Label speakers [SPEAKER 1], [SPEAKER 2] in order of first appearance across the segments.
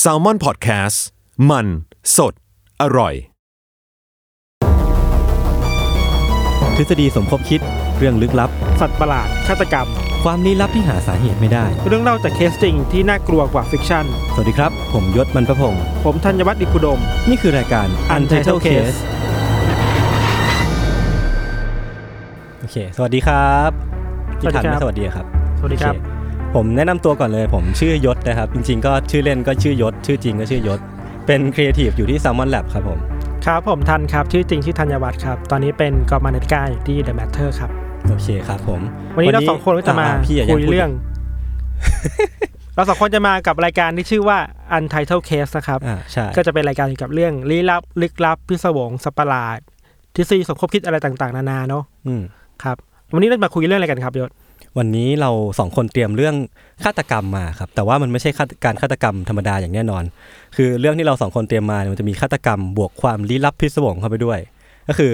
[SPEAKER 1] แซลมอนพอดแคสต์มันสดอร่อย
[SPEAKER 2] ทฤษฎีสมคบคิดเรื่องลึกลับ
[SPEAKER 3] สัตว์ประหลาด ฆาตกรรม
[SPEAKER 2] ความลี้ลับที่หาสาเหตุไม่ได้
[SPEAKER 3] เรื่องเล่าจากเคสจริงที่น่ากลัวกว่าฟิกชั่น
[SPEAKER 2] สวัสดีครับ ผมยศมันประพงศ์
[SPEAKER 3] ผมธัญวัฒน์อิพุดม
[SPEAKER 2] นี่คือรายการ Untitled Case โอเค สวัสดีครับพี่ทันไม่
[SPEAKER 3] ส
[SPEAKER 2] ส
[SPEAKER 3] วั
[SPEAKER 2] วั
[SPEAKER 3] ส
[SPEAKER 2] ส
[SPEAKER 3] ดี
[SPEAKER 2] ดี
[SPEAKER 3] ค
[SPEAKER 2] ค
[SPEAKER 3] รั
[SPEAKER 2] รับ บ
[SPEAKER 3] สวัสดีครับ
[SPEAKER 2] โอเผมแนะนำตัวก่อนเลย ผมชื่อยศนะครับ จริง ๆ ก็ชื่อเล่นก็ชื่อยศ ชื่อจริงก็ชื่อยศ เป็นครีเอทีฟอยู่ที่ Salmon Lab ครับผม
[SPEAKER 3] ครับผมทันครับ ชื่อจริงชื่อธัญวัฒน์ครับ ตอนนี้เป็นกรรมาธิการอยู่ที่ The Matter ครับ
[SPEAKER 2] โอเคครับผม
[SPEAKER 3] วันนี้เราสองคนก็จะมา
[SPEAKER 2] อ่พี่ะ
[SPEAKER 3] คุย
[SPEAKER 2] พูด
[SPEAKER 3] เรื่อง เราสองคนจะมากับรายการที่ชื่อว่า Untitled Case นะครับ
[SPEAKER 2] อ่าใช่
[SPEAKER 3] ก็จะเป็นรายการเกี่ยวกับเรื่องลี้ลับ ลึกลับ พิศวงสัตว์ประหลาด ทฤษฎีสมคบคิดอะไรต่างๆ นานาเนาะ
[SPEAKER 2] อืม
[SPEAKER 3] ครับ วันนี้เราจะมาคุยเรื่องอะไรกันครับยศ
[SPEAKER 2] วันนี้เราสองคนเตรียมเรื่องฆาตกรรมมาครับ แต่ว่ามันไม่ใช่ฆาตการฆาตกรรมธรรมดาอย่างแน่นอน คือเรื่องที่เราสองคนเตรียมมาเนี่ยมันจะมีฆาตกรรมบวกความลี้ลับพิศวงเข้าไปด้วย ก็คือ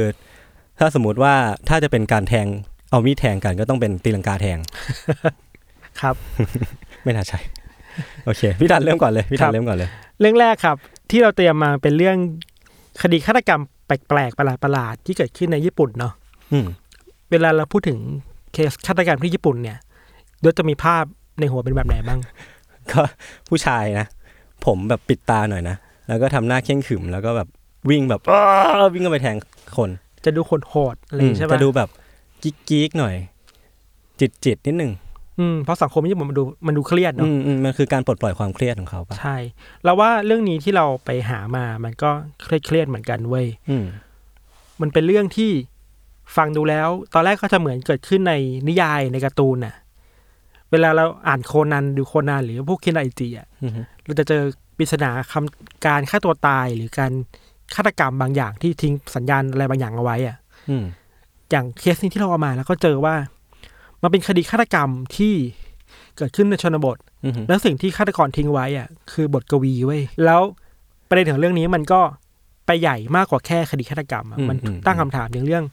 [SPEAKER 2] ถ้าสมมติว่าถ้าจะเป็นการแทงเอามีดแทงกันก็ต้องเป็นตีลังกาแทง
[SPEAKER 3] ครับ
[SPEAKER 2] ไม่น่าใช่ โอเคพี่ดันเริ่มก่อนเลยพี่ดันเริ่มก่อนเลย
[SPEAKER 3] เรื่องแรกครับที่เราเตรียมมาเป็นเรื่องคดีฆาตกรรมแปลกๆประหลาดๆที่เกิดขึ้นในญี่ปุ่นเนาะ
[SPEAKER 2] อืม
[SPEAKER 3] เวลาเราพูดถึงเคสฆาตกรรมที่ญี่ปุ่นเนี่ยเดี๋ยวจะมีภาพในหัวเป็นแบบไหนบ้าง
[SPEAKER 2] ก็ผู้ชายนะ ผมแบบปิดตาหน่อยนะแล้วก็ทำหน้าเข่งขรึมแล้วก็แบบวิ่งแบบอ้าววิ่งเข้าไปแทงคน
[SPEAKER 3] จะดูคนโหดอะไรอย่างงี้ใช่ไหม
[SPEAKER 2] จะดูแบบกิ๊กกิ๊กๆหน่อย จิตจิตๆนิดหนึ่ง
[SPEAKER 3] อืมเพราะสังคมญี่ปุ่นมันดูมันดูเครียด
[SPEAKER 2] อื
[SPEAKER 3] เนาะ
[SPEAKER 2] มอืมมันคือการปลดปล่อยความเครียดของเขาปะ
[SPEAKER 3] ใช่เราว่าเรื่องนี้ที่เราไปหามามันก็เครียดๆเหมือนกันเว้ย
[SPEAKER 2] อืม
[SPEAKER 3] มันเป็นเรื่องที่ฟังดูแล้ว ตอนแรกก็จะเหมือนเกิดขึ้นในนิยายในการ์ตูนน่ะ เวลาเราอ่านโคนันดูโคนันหรือพวกคินไอจีอ่ะ
[SPEAKER 2] อืมฮึ
[SPEAKER 3] เราจะเจอปริศนาคำการฆ่าตัวตายหรือการฆาตกรรมบางอย่างที่ทิ้งสัญญาณอะไรบางอย่างเอาไว้อะ
[SPEAKER 2] อืม
[SPEAKER 3] อย่างเคสนี้ที่เราเอามาแล้วก็เจอว่า มันเป็นคดีฆาตกรรมที่เกิดขึ้นในชนบท
[SPEAKER 2] อืมฮึ
[SPEAKER 3] แล้วสิ่งที่ฆาตกรทิ้งไว้อ่ะคือบทกวีเว้ยแล้วประเด็นของเรื่องนี้มันก็ไปใหญ่มากกว่าแค่คดีฆาตกรรมอะมันตั้งคำถามถึงเรื่อง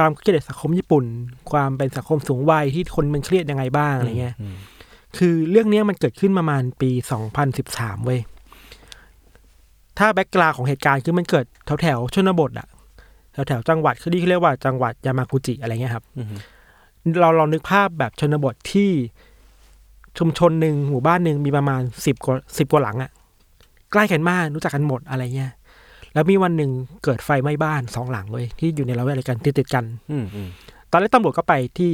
[SPEAKER 3] ความเครียดในสังคมญี่ปุ่น ความเป็นสังคมสูงวัยที่คนมันเครียดยังไงบ้างอะไรเงี้ย
[SPEAKER 2] ม
[SPEAKER 3] คือเรื่องเนี้ยมันเกิดขึ้นประมาณปี 2013 เว้ย ถ้าแบ็กกราวของเหตุการณ์คือมันเกิดแถวแถวๆชนบทอะแถวแถวๆจังหวัดคือที่เขาเรียกว่าจังหวัดยามากุจิอะไรเงี้ยครับ
[SPEAKER 2] อืมฮึ
[SPEAKER 3] เราลองนึกภาพแบบชนบทที่ชุมชนหนึ่งหมู่บ้านหนึ่งมีประมาณสิบกว่าสิบกว่าหลังอะใกล้กันมากรู้จักกันหมดอะไรเงี้ย แล้วมีวันหนึ่งเกิดไฟไหม้บ้านสองหลังเว้ยที่อยู่ในละแวกเดียวกันติดติดๆกัน
[SPEAKER 2] อืมอืม
[SPEAKER 3] ตอนแรกตำรวจก็ไปที่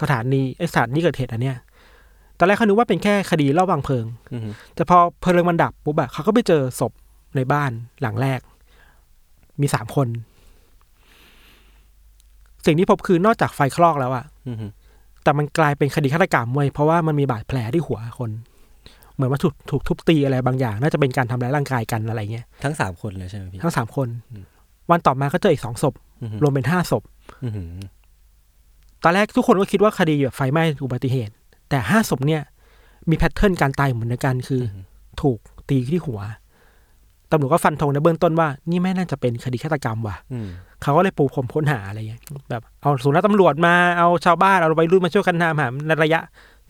[SPEAKER 3] สถานีไอสถานที่เกิดเหตุอันเนี้ย ตอนแรกเขานึกว่าเป็นแค่คดีรอบวางเพลิง
[SPEAKER 2] อืมฮึ
[SPEAKER 3] แต่พอเพลิงมันดับปุ๊บอะเขาก็ไปเจอศพในบ้านหลังแรก มีสามคน สิ่งที่พบคือนอกจากไฟคลอกแล้วอะ
[SPEAKER 2] อืมฮึ
[SPEAKER 3] แต่มันกลายเป็นคดีฆาตกรรมเว้ยเพราะว่ามันมีบาดแผลที่หัวคน เหมือนว่าถูกถูกทุบตีอะไรบางอย่าง น่าจะเป็นการทำร้ายร่างกายกันอะไรเงี้ย
[SPEAKER 2] ทั้งสามคนเลยใช่ไหมพี่
[SPEAKER 3] ทั้งสามคน วันต่อมาก็เจออีกสองศพ
[SPEAKER 2] อืมฮึ
[SPEAKER 3] รวมเป็นห้าศพ
[SPEAKER 2] อืมฮึ
[SPEAKER 3] ตอนแรกทุกคนก็คิดว่าคดีแบบไฟไหม้อุบัติเหตุ แต่ห้าศพเนี่ย มีแพทเทิร์นการตายเหมือนกันคือ ถูกตีที่หัวตำรวจก็ฟันธงในเบื้องต้นว่า นี่ไม่น่าจะเป็นคดีฆาตกรรมว่ะ
[SPEAKER 2] อืม
[SPEAKER 3] เขาก็เลยปูพรมค้นหาอะไรอย่างเงี้ยแบบเอาสุนัขตำรวจมาเอาชาวบ้านเอาไปรุ่นมาช่วยกันตามหาในระยะ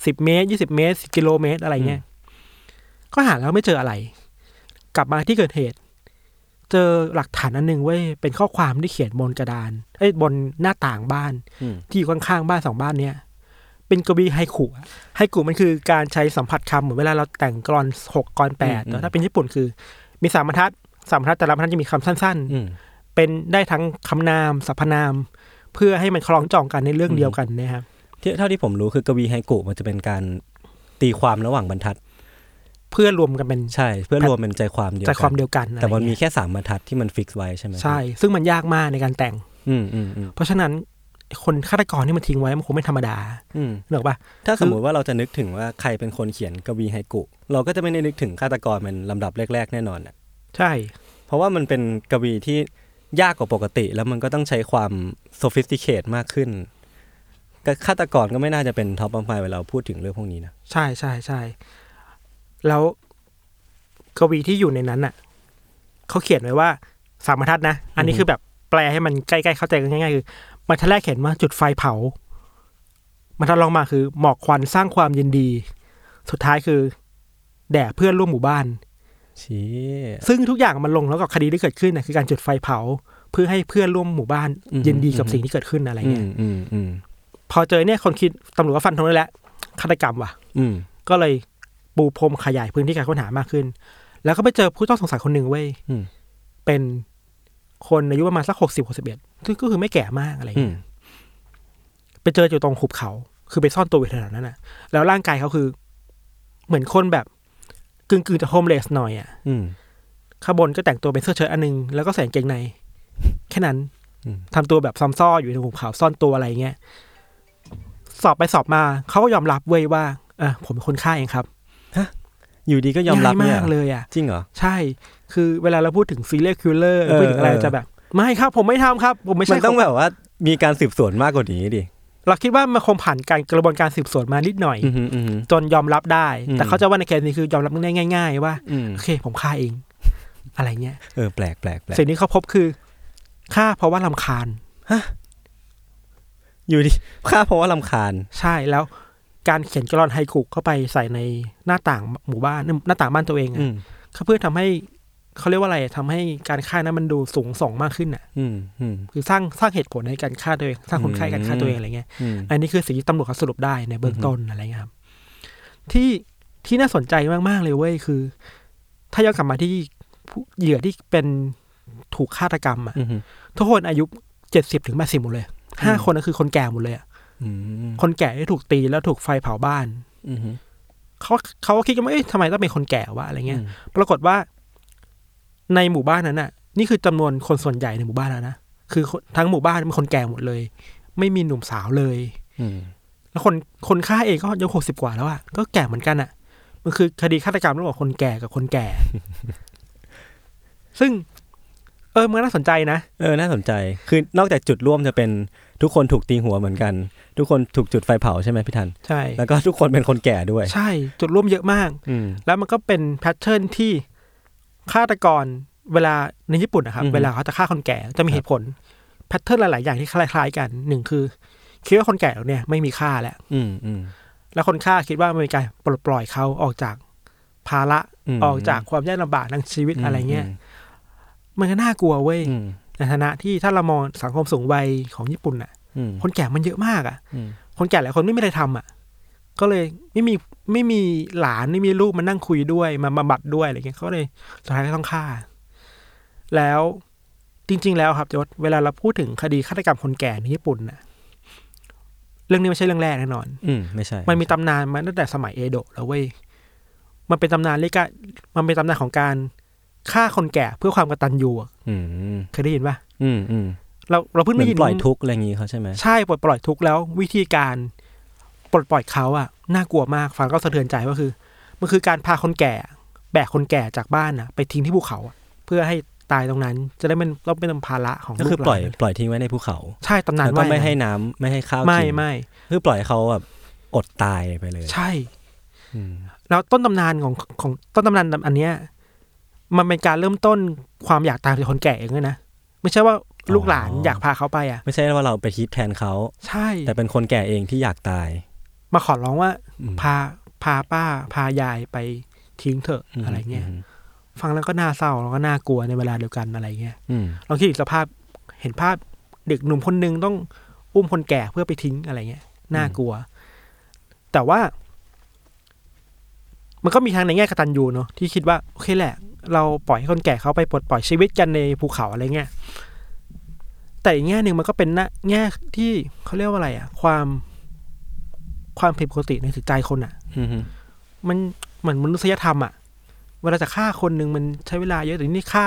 [SPEAKER 3] สิบเมตรยี่สิบเมตรสิบกิโลเมตรอะไรเงี้ยก็หาแล้วไม่เจออะไร กลับมาที่เกิดเหตุ เจอหลักฐานอันหนึ่งเว้ยเป็นข้อความที่เขียนบนกระดานเอ้ยบนหน้าต่างบ้าน
[SPEAKER 2] อืม
[SPEAKER 3] ที่อยู่ข้างๆบ้านสองบ้านเนี้ยเป็นกวีไฮคุอะไฮคุมันคือการใช้สัมผัสคำเหมือนเวลาเราแต่งกรอนหกกรอนแปดแต่ถ้าเป็นญี่ปุ่นคือ มีสามบรรทัดสามบรรทัดแต่ละบรรทัดจะมีคำสั้น
[SPEAKER 2] อืม
[SPEAKER 3] ๆ เป็นได้ทั้งคำนามสรรพนาม เพื่อให้มันคล้องจองกันในเรื่องเดียวกันนะครับ
[SPEAKER 2] ที่เท่าที่ผมรู้คือกวีไฮกุมันจะเป็นการตีความระหว่างบรรทัด
[SPEAKER 3] เพื่อรวมกันเป็น
[SPEAKER 2] ใช่ เพื่อรวมเป็นใจความเดียว
[SPEAKER 3] ใจ
[SPEAKER 2] กั
[SPEAKER 3] ความเดียวกันอะไร
[SPEAKER 2] แต่มันมี
[SPEAKER 3] เงี้ย
[SPEAKER 2] แค่สามบรรทัดที่มันฟิกไว้ใช่ไหมพี่
[SPEAKER 3] ใช่ ซึ่งมันยากมากในการแต่ง
[SPEAKER 2] อืมอืมอืม
[SPEAKER 3] เพราะฉะนั้นคนฆาตกรที่มันทิ้งไว้มันคงไม่ธรรมดา
[SPEAKER 2] อืม
[SPEAKER 3] เนกอะปะ
[SPEAKER 2] ถ้าส
[SPEAKER 3] คือ
[SPEAKER 2] มมติว่าเราจะนึกถึงว่าใครเป็นคนเขียนกวีไฮกุ เราก็จะไม่ได้นึกถึงฆาตกรเป็นลำดับแรกๆแน่นอนอะ
[SPEAKER 3] ใช่
[SPEAKER 2] เพราะว่ามันเป็นกวีที่ยากกว่าปกติ แล้วมันก็ต้องใช้ความ sophisticated มากขึ้นก็ฆาตกรก็ไม่น่าจะเป็นท็อปอัมไฟเวลาเราพูดถึงเรื่องพวกนี้นะ
[SPEAKER 3] ใช่ใช่ใช่แล้วกวีที่อยู่ในนั้นน่ะเขาเขียนไว้ว่าสามบรรทัดนะ อันนี้คือแบบแปลให้มันใกล้ๆเข้าใจกันง่ายๆคือบรรทัดแรกเขียนว่าจุดไฟเผาบรรทัดรองมาคือ หมอกควันสร้างความยินดี สุดท้ายคือ แด่เพื่อนร่วมหมู่บ้าน
[SPEAKER 2] ชี้
[SPEAKER 3] ซึ่งทุกอย่างมันลงแล้วกับคดีที่เกิดขึ้นนะคือการจุดไฟเผา เพื่อให้เพื่อนร่วมหมู่บ้านเย็นดีกับสิ่งที่เกิดขึ้นอะไร
[SPEAKER 2] อืม
[SPEAKER 3] เงี้ย
[SPEAKER 2] อืมอืม
[SPEAKER 3] พอเจอเนี่ยคนคิดตำรวจก็ฟันธงได้แล้วฆาตกรรมว่ะ
[SPEAKER 2] อืม
[SPEAKER 3] ก็เลยปูพรมขยายพื้นที่การค้นหามากขึ้น แล้วก็ไปเจอผู้ต้องสงสัยคนหนึ่งเว้ย
[SPEAKER 2] อืม
[SPEAKER 3] เป็นคนอายุประมาณสักหกสิบหกสิบเอ็ดซึ่งก็คือไม่แก่มากอะไร
[SPEAKER 2] อื
[SPEAKER 3] เงี้ย
[SPEAKER 2] ม
[SPEAKER 3] ไปเจออยู่ตรงหุบเขา คือไปซ่อนตัวอยู่แถวๆนั้นน่ะ แล้วร่างกายเขาคือ เหมือนคนแบบกึ่งๆจะโฮมเลสหน่อยอ่ะ
[SPEAKER 2] อืม
[SPEAKER 3] ข้างบนก็แต่งตัวเป็นเสื้อเชิ้ตอันหนึง แล้วก็ใส่กางเกงใน แค่นั้น
[SPEAKER 2] อืม
[SPEAKER 3] ทำตัวแบบซ้ำซ้ออยู่ในหุบเขาซ่อนตัวอะไรเงี้ยสอบไปสอบมาเขาก็ยอมรับเว้ยว่าเออผมเป็นคนฆ่าเองครับ
[SPEAKER 2] อยู่ดีก็ยอมรับ
[SPEAKER 3] ง่า
[SPEAKER 2] เนี่ย ย
[SPEAKER 3] มากเลยอ่ะ
[SPEAKER 2] จริงเหรอ
[SPEAKER 3] ใช่ คือเวลาเราพูดถึงซีเรียลคิลเลอร์
[SPEAKER 2] เออ
[SPEAKER 3] พูดถึงอะไร
[SPEAKER 2] เออ
[SPEAKER 3] จะแบบ ไม่ครับ ผมไม่ทำครับ ผมไม่
[SPEAKER 2] มั
[SPEAKER 3] ใช่
[SPEAKER 2] นต้องแบบว่ามีการสืบสวนมากกว่านี้ดิ
[SPEAKER 3] เราคิดว่ามันคงผ่านการกระบวนการสืบสวนมานิดหน่อย
[SPEAKER 2] อืมอืมอืม
[SPEAKER 3] จนยอมรับได้
[SPEAKER 2] อืม
[SPEAKER 3] แต่เขาใจะว่าในเคสนี้คือยอมรับได้ง่าย ๆ ว่า
[SPEAKER 2] อืม
[SPEAKER 3] โอเค ผมฆ่า เอง อะไรเงี้ย
[SPEAKER 2] เออแปลกแปลกแปลก
[SPEAKER 3] สิ่งที่เขาพบคือฆ่าเพราะว่าลำคาญ
[SPEAKER 2] อยู่ดี ค่าเพราะว่าลำคาญ
[SPEAKER 3] ใช่แล้วการเขียนกลอนไฮกุเข้าไปใส่ในหน้าต่างหมู่บ้านหน้าต่างบ้านตัวเอง
[SPEAKER 2] อื
[SPEAKER 3] อะ
[SPEAKER 2] ม
[SPEAKER 3] เขาเพื่อทำให้เขาเรียกว่าอะไรทำให้การฆ่านั้นมันดูสูงส่งมากขึ้นอ่ะ
[SPEAKER 2] อืมอืม
[SPEAKER 3] คือสร้างสร้างเหตุผลในการฆ่าตัวเองสร้างคุณค่าในการฆ่าตัวเองอะไรเงี้ย
[SPEAKER 2] อืม
[SPEAKER 3] อันนี้คือสิ่งที่ตำรวจเขาสรุปได้ในเบื้องต้นอะไรเงี้ยครับที่ที่น่าสนใจมาก ๆ เลยเว้ยคือ ถ้าย้อนกลับมาที่ผู้เหยื่อที่เป็นถูกฆาตกรรมอ่ะ
[SPEAKER 2] อืมอืม
[SPEAKER 3] ทุกคนอายุเจ็ดสิบถึงแปดสิบหมดเลยห้า
[SPEAKER 2] อืม
[SPEAKER 3] คนก็คือคนแก่หมดเลยอะ
[SPEAKER 2] อืม
[SPEAKER 3] คนแก่ที่ถูกตีแล้วถูกไฟเผาบ้าน
[SPEAKER 2] อืม
[SPEAKER 3] เขาเขาก็คิดกันว่าเอ๊ะทำไมต้องเป็นคนแก่วะอะไรเงี้ย ปรากฏว่าในหมู่บ้านนั้นน่ะ นี่คือจำนวนคนส่วนใหญ่ในหมู่บ้านแล้วนะคือคนทั้งหมู่บ้านเป็นคนแก่หมดเลย ไม่มีหนุ่มสาวเลย
[SPEAKER 2] อืม
[SPEAKER 3] แล้วคนคนฆ่าเองก็อายุหกสิบกว่าแล้วอะก็แก่เหมือนกันอะมันคือคดีฆาตกรรมระหว่างคนแก่กับคนแก่ ซึ่ง เออมันก็น่าสนใจนะ
[SPEAKER 2] เออ น่าสนใจ คือนอกจากจุดร่วมจะเป็นทุกคนถูกตีหัวเหมือนกัน ทุกคนถูกจุดไฟเผาใช่ไหมพี่ทัน
[SPEAKER 3] ใช่
[SPEAKER 2] แล้วก็ทุกคนเป็นคนแก่ด้วย
[SPEAKER 3] ใช่ จุดร่วมเยอะมาก
[SPEAKER 2] อืม
[SPEAKER 3] แล้วมันก็เป็นแพทเทิร์นที่ฆาตกรเวลาในญี่ปุ่นนะครับ
[SPEAKER 2] อือฮึ
[SPEAKER 3] เวลาเขาจะฆ่าคนแก่จะมีเหตุผลแพทเทิร์นหลาย ๆ อย่างที่คล้าย ๆ กันหนึ่งคือคิดว่าคนแก่แล้วเนี่ยไม่มีค่าแล้ว
[SPEAKER 2] ืมอืม
[SPEAKER 3] แล้วคนฆ่าคิดว่ามันเป็นการปลดปล่อยเขาออกจากภาระออกจากความยากลำบากทางชีวิตอะไรเงี้ยมันก็น่ากลัวเว้ย
[SPEAKER 2] อืม
[SPEAKER 3] ในฐานะที่ถ้าเรามองสังคมสูงวัยของญี่ปุ่นอ่ะ
[SPEAKER 2] อืม
[SPEAKER 3] คนแก่มันเยอะมากอ่ะ
[SPEAKER 2] อืม
[SPEAKER 3] คนแก่หลายคนไม่มีอะไรทำอ่ะ ก็เลยไม่มีไม่มีหลานไม่มีลูกมานั่งคุยด้วยมาบำบัดด้วยอะไรเงี้ยเขาเลยสุดท้ายก็ต้องฆ่า แล้วจริง ๆ แล้วครับยศเวลาเราพูดถึงคดีฆาตกรรมคนแก่ในญี่ปุ่นน่ะ เรื่องนี้ไม่ใช่เรื่องแรกแน่นอน
[SPEAKER 2] อืมไม่ใช่
[SPEAKER 3] มันมีตำนานมาตั้งแต่สมัยเอโดะแล้วเว้ยมันเป็นตำนานเรียกว่ามันเป็นตำนานของการฆ่าคนแก่เพื่อความกตัญญูอะ
[SPEAKER 2] อืม
[SPEAKER 3] เคยได้ยินปะ
[SPEAKER 2] อืมอืม
[SPEAKER 3] เราเราเพิ่ง
[SPEAKER 2] เหมือ
[SPEAKER 3] ได้ยิ
[SPEAKER 2] น
[SPEAKER 3] น
[SPEAKER 2] ปล่อยทุกข์อะไรอย่างงี้เขาใช่ไหม
[SPEAKER 3] ใช่ปลดปล่อยทุกข์แล้ววิธีการปลดปล่อยเขาอะน่ากลัวมากฟังก็สะเทือนใจว่าคือมันคือการพาคนแก่แบกคนแก่จากบ้านนะไปทิ้งที่ภูเขาอะเพื่อให้ตายตรงนั้น จะได้ไมันต้องเป็นภาระของ
[SPEAKER 2] ก็
[SPEAKER 3] ลูก
[SPEAKER 2] คือปล่อย
[SPEAKER 3] หาน
[SPEAKER 2] ปล่อยทิ้งไว้ในภูเขา
[SPEAKER 3] ใช่ตำนาน
[SPEAKER 2] แล้วก็
[SPEAKER 3] ว่า
[SPEAKER 2] ไม่
[SPEAKER 3] อย่าง
[SPEAKER 2] ให้
[SPEAKER 3] นั้น
[SPEAKER 2] น้ำไม่ให้ข้าว
[SPEAKER 3] ไม่
[SPEAKER 2] กิน
[SPEAKER 3] ไม่
[SPEAKER 2] คือปล่อยให้เขาแบบอดตายไปเลย
[SPEAKER 3] ใช่
[SPEAKER 2] อืม
[SPEAKER 3] แล้วต้นตำนานของของต้นตำนานอันเนี้ยมันเป็นการเริ่มต้นความอยากตายจากคนแก่เองด้วยนะไม่ใช่ว่าลูกหลานอยากพาเขาไปอ่ะ
[SPEAKER 2] ไม่ใช่ว่าเราไปคิดแทนเขา
[SPEAKER 3] ใช่
[SPEAKER 2] แต่เป็นคนแก่เองที่อยากตาย
[SPEAKER 3] มาขอร้องว่า
[SPEAKER 2] อืม
[SPEAKER 3] พาพาป้า พายายไปทิ้งเถอะอะไรเงี้ย
[SPEAKER 2] ม
[SPEAKER 3] ฟังแล้วก็น่าเศร้าแล้วก็น่ากลัวในเวลาเดียวกันอะไรเงี้ย
[SPEAKER 2] อืม
[SPEAKER 3] ลองคิดถึงสภาพเห็นภาพเด็กหนุ่มคนหนึงต้องอุ้มคนแก่เพื่อไปทิ้งอะไรเงี้ยน่ากลัว แต่ว่า มันก็มีทางในแง่กตัญญูเนาะที่คิดว่าโอเคแหละ เราปล่อยให้คนแก่เขาไปปลดปล่อยชีวิตกันในภูเขาอะไรเงี้ยแต่อีกแง่หนึ่งมันก็เป็นนะแง่ที่เขาเรียกว่าอะไรอะความความผิดปกติในจิตใจคนอะ
[SPEAKER 2] อืม
[SPEAKER 3] มันเหมือนมนุษยธรรมอะเวลาจะฆ่าคนหนึ่งมันใช้เวลาเยอะแต่นี่ฆ่า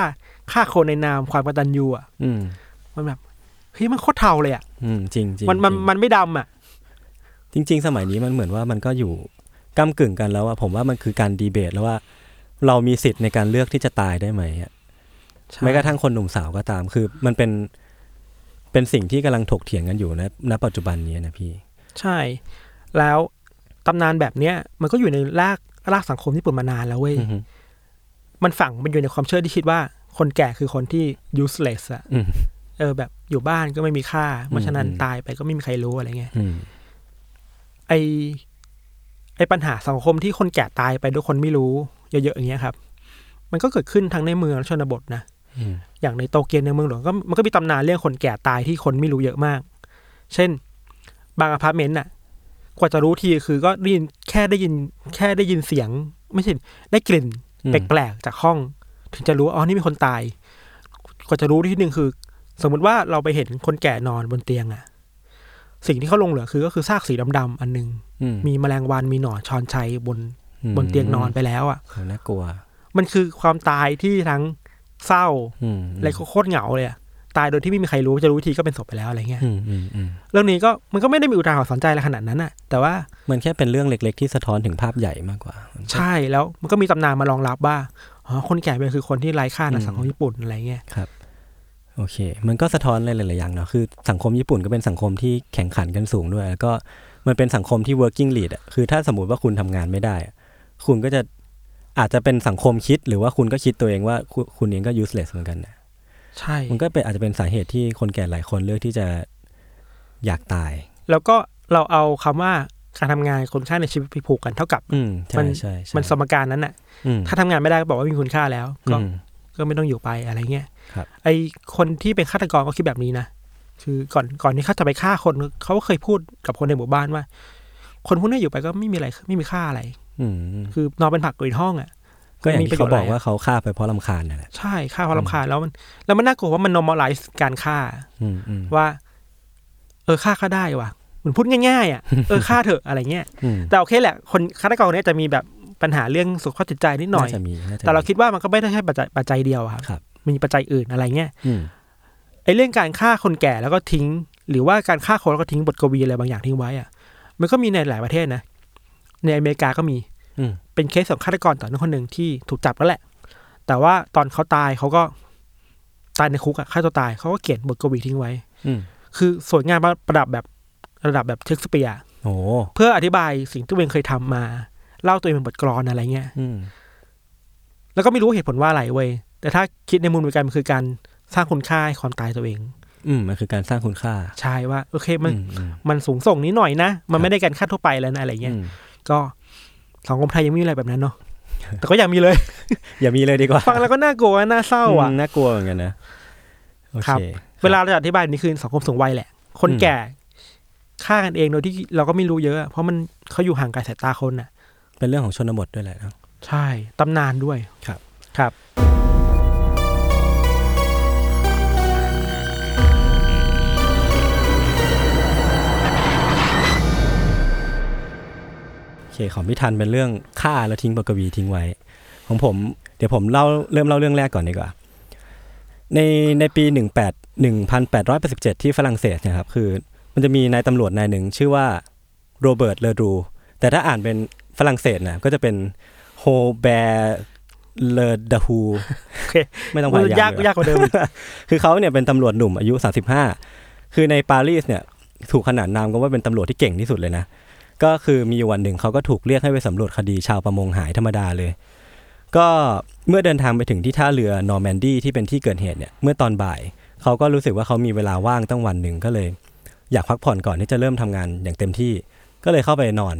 [SPEAKER 3] ฆ่าคนในนามความกตัญญูอะ
[SPEAKER 2] อืม
[SPEAKER 3] มันแบบเฮ้ยมันโคตรเทาเลยอะ
[SPEAKER 2] อืมจริงจริง
[SPEAKER 3] มันมันมันไม่ดำอะ
[SPEAKER 2] จริงจริง ๆ สมัยนี้มันเหมือนว่ามันก็อยู่ก้ากึ่งกันแล้วอะผมว่ามันคือการดีเบตแล้วว่า เรามีสิทธิ์ในการเลือกที่จะตายได้ไหมอะแม้กระทั่งคนหนุ่มสาวก็ตามคือ มันเป็น เป็นสิ่งที่กำลังถกเถียงกันอยู่นะณปัจจุบันนี้นะพี่
[SPEAKER 3] ใช่ แล้วตำนานแบบเนี้ย มันก็อยู่ในรากรากสังคมญี่ปุ่นมานานแล้วเว้ย
[SPEAKER 2] อืม
[SPEAKER 3] มันฝังมันอยู่ในความเชื่อที่คิดว่า คนแก่คือคนที่ useless อะ
[SPEAKER 2] อืม
[SPEAKER 3] เออแบบอยู่บ้านก็ไม่มีค่าเพราะฉะนั้น
[SPEAKER 2] อืม
[SPEAKER 3] ตายไปก็ไม่มีใครรู้อะไรเงี้ย
[SPEAKER 2] อืม
[SPEAKER 3] ไอไอปัญหาสังคมที่คนแก่ตายไปด้วยคนไม่รู้ เยอะๆอย่างเงี้ยครับ มันก็เกิดขึ้นทั้งในเมืองและชนบทนะ
[SPEAKER 2] อืม
[SPEAKER 3] อย่างในโตเกียวในเมืองหลวงก็มันก็มีตำนานเรื่องคนแก่ตายที่คนไม่รู้เยอะมาก เช่น บางอพาร์ตเมนต์น่ะ กว่าจะรู้ทีคือก็ได้ยินแค่ได้ยินแค่ได้ยินเสียง ไม่ใช่ได้กลิ่น
[SPEAKER 2] อืม
[SPEAKER 3] แปลกๆจากห้อง ถึงจะรู้ว่าอ๋อนี่มีคนตาย กว่าจะรู้ที่หนึ่งคือ สมมุติว่าเราไปเห็นคนแก่นอนบนเตียงอะสิ่งที่เขาลงเหลือคือก็คือซากสีดำๆอันหนึง
[SPEAKER 2] อืม
[SPEAKER 3] มีแมลงวันมีหนอนชอนชัยบนบนเตียงนอนไปแล้วอะ
[SPEAKER 2] โหน่ากลัว
[SPEAKER 3] มันคือความตายที่ทั้งเศร้า
[SPEAKER 2] อืม
[SPEAKER 3] อะไรโคตรเหงาเลยอะตายโดยที่ไม่มีใครรู้จะรู้ทีก็เป็นศพไปแล้วอะไรเงี้ย
[SPEAKER 2] อืมอืมอืม
[SPEAKER 3] เรื่องนี้ก็มันก็ไม่ได้มีอุทาหรณ์สอนใจอะไรขนาดนั้นอะแต่ว่า
[SPEAKER 2] มันแค่เป็นเรื่องเล็ก ๆ ที่สะท้อนถึงภาพใหญ่มากกว่า
[SPEAKER 3] ใช่แล้วมันก็มีตำนานมารองรับว่าอ๋อคนแก่เป็นคือคนที่ไร้ค่าใน
[SPEAKER 2] อืม
[SPEAKER 3] สังคมญี่ปุ่นอะไรเงี้ย
[SPEAKER 2] โอเค มันก็สะท้อนอะไรหลาย ๆ อย่างเนาะ คือสังคมญี่ปุ่นก็เป็นสังคมที่แข่งขันกันสูงด้วย แล้วก็มันเป็นสังคมที่ working lead อะคือถ้าสมมติว่าคุณทำงานไม่ได้อะคุณก็จะอาจจะเป็นสังคมคิด หรือว่าคุณก็คิดตัวเองว่าคุคุณเองก็ useless เหมือนกันนะ
[SPEAKER 3] ใช่
[SPEAKER 2] มันก็เป็นอาจจะเป็นสาเหตุที่คนแก่หลายคนเลือกที่จะอยากตาย
[SPEAKER 3] แล้วก็เราเอาคำว่าการทำงานคุณค่าในชีวิตไปผูกกันเท่ากับ
[SPEAKER 2] อืม ใช่
[SPEAKER 3] มัน
[SPEAKER 2] ใช่ใช่
[SPEAKER 3] มันสมการนั้นอะ
[SPEAKER 2] อืม
[SPEAKER 3] ถ้าทำงานไม่ได้ก็บอกว่ามีคุณค่าแล้ว ก็
[SPEAKER 2] อืม
[SPEAKER 3] ก็ไม่ต้องอยู่ไปอะไรเงี้ย
[SPEAKER 2] ครับ
[SPEAKER 3] ไอคนที่เป็นฆาตกรก็คิดแบบนี้นะคือก่อนก่อนที่เขาจะไปฆ่าคนเขาก็เคยพูดกับคนในหมู่บ้านว่า คนพวกนี้อยู่ไปก็ไม่มีอะไรไม่มีค่าอะไร
[SPEAKER 2] อืม
[SPEAKER 3] คือนอนเป็นผักอยู่ในห้องอ่ะ
[SPEAKER 2] ก็อย่าง
[SPEAKER 3] มีป
[SPEAKER 2] ที่
[SPEAKER 3] ระโยช
[SPEAKER 2] เขาบ
[SPEAKER 3] น์ะไร
[SPEAKER 2] อกว่าเขาฆ่าไปเพราะลำคาญนั่นแหละ
[SPEAKER 3] ใช่ค่าความรำคาญแล้วมันแล้วมันน่ากลัวว่ามัน normalize การฆ่า
[SPEAKER 2] อืมอืม
[SPEAKER 3] ว่า เออฆ่าก็ได้ว่ะเหมือนพูดง่ ายๆอ่ะ เออฆ่าเถอะอะไรเงี้ย
[SPEAKER 2] อืม
[SPEAKER 3] แต่โอเคแหละ คนฆาตกรคนนี้จะมีแบบปัญหาเรื่องสุขภาพจิตใจนิดหน่อย
[SPEAKER 2] าจะมีน่จะมี
[SPEAKER 3] แต่เราคิดว่ามันก็ไม่ได้แค่ปัจจัยปัจจัยเดียวอะ
[SPEAKER 2] ค
[SPEAKER 3] ค
[SPEAKER 2] รั
[SPEAKER 3] รับ บมีปัจจัยอื่นอะไรเงี้ย
[SPEAKER 2] อืม
[SPEAKER 3] ไอ้เรื่องการฆ่าคนแก่แล้วก็ทิ้ง หรือว่าการฆ่าคนแล้วก็ทิ้งบทกวีอะไรบางอย่างทิ้งไว้อ่ะ มันก็มีในหลายประเทศนะในอเมริกาก็มี
[SPEAKER 2] อืม
[SPEAKER 3] เป็นเคสของฆาตกรต่อเนื่องคนหนึ่งที่ถูกจับแล้วแหละ แต่ว่าตอนเขาตายเขาก็ตายในคุกอะฆ่าตัวตายเขาก็เขียนบทกวีทิ้งไว้
[SPEAKER 2] อืม
[SPEAKER 3] คือสวยงามประดับแบบระดับแบบเชคสเปียร์
[SPEAKER 2] โอ้
[SPEAKER 3] เพื่ออธิบายสิ่งที่ตัวเองเคยทำมา เล่าตัวเองเป็นบทกลอนอะไรเงี้ย
[SPEAKER 2] อืม
[SPEAKER 3] แล้วก็ไม่รู้เหตุผลว่าอะไรเว้ยแต่ถ้าคิดในมุมเดียวกันมันคือการสร้างคุณค่าให้ความตายตัวเอง
[SPEAKER 2] อืมมันคือการสร้างคุณค่า
[SPEAKER 3] ใช่ว่า โอเคมัน
[SPEAKER 2] อือืม
[SPEAKER 3] มันสูงส่งนิดหน่อยนะ มันไม่ได้การฆ่าทั่วไปแล้วนะอะไรเงี้ย
[SPEAKER 2] อืม
[SPEAKER 3] ก็สังคมไทยยังไม่มีอะไรแบบนั้น เนาะแต่ก็อยากมีเลย
[SPEAKER 2] อย่ามีเลยดีกว่า
[SPEAKER 3] ฟังแล้วก็น่ากลัวน่าเศร้าอ่ะ
[SPEAKER 2] มน่ากลัวเหมือนกันนะโอ
[SPEAKER 3] ครั
[SPEAKER 2] เค
[SPEAKER 3] บ เวลาเราจะอธิบายนี่คือสังคมสูงวัยแหละ คนแก่ฆ่ากันเองโดยที่เราก็ไม่รู้เยอะอะเพราะมันเขาอยู่ห่างไกลสายตาคนน่ะ
[SPEAKER 2] เป็นเรื่องของชนบทด้วยแหละเนอะ
[SPEAKER 3] ใช่ตำนานด้วย
[SPEAKER 2] ครับ
[SPEAKER 3] ครับ
[SPEAKER 2] โอเคของพี่ทันเป็นเรื่องฆ่าแล้วทิ้งปกวีทิ้งไว้ ของผม เดี๋ยวผมเล่าเริ่มเล่าเรื่องแรกก่อนดีกว่า ในในปี 18 1887 ที่ฝรั่งเศสเนะครับ คือมันจะมีนายตำรวจนายหนึ่งชื่อว่าโรเบิร์ตเลอดรูแต่ถ้าอ่านเป็นฝรั่งเศสนะก็จะเป็นโฮแบร์เลอดาฮู
[SPEAKER 3] เค
[SPEAKER 2] ไม่ต้องพยายาม
[SPEAKER 3] ยาก
[SPEAKER 2] ดีว่
[SPEAKER 3] ยากกว่าเดิมอีก
[SPEAKER 2] คือเขาเนี่ยเป็นตำรวจหนุ่มอายุ 35 คือในปารีสเนี่ยถูกขนานนามกันว่าเป็นตำรวจที่เก่งที่สุดเลยนะ ก็คือมีอยู่วันหนึ่งเขาก็ถูกเรียกให้ไปสำรวจคดีชาวประมงหายธรรมดาเลย ก็เมื่อเดินทางไปถึงที่ท่าเรือนอร์แมนดีที่เป็นที่เกิดเหตุเนี่ยเมื่อตอนบ่าย เขาก็รู้สึกว่าเขามีเวลาว่างตั้งวันหนึ่งก็เลย อยากพักผ่อนก่อนที่จะเริ่มทำงานอย่างเต็มที่ ก็เลยเข้าไปนอน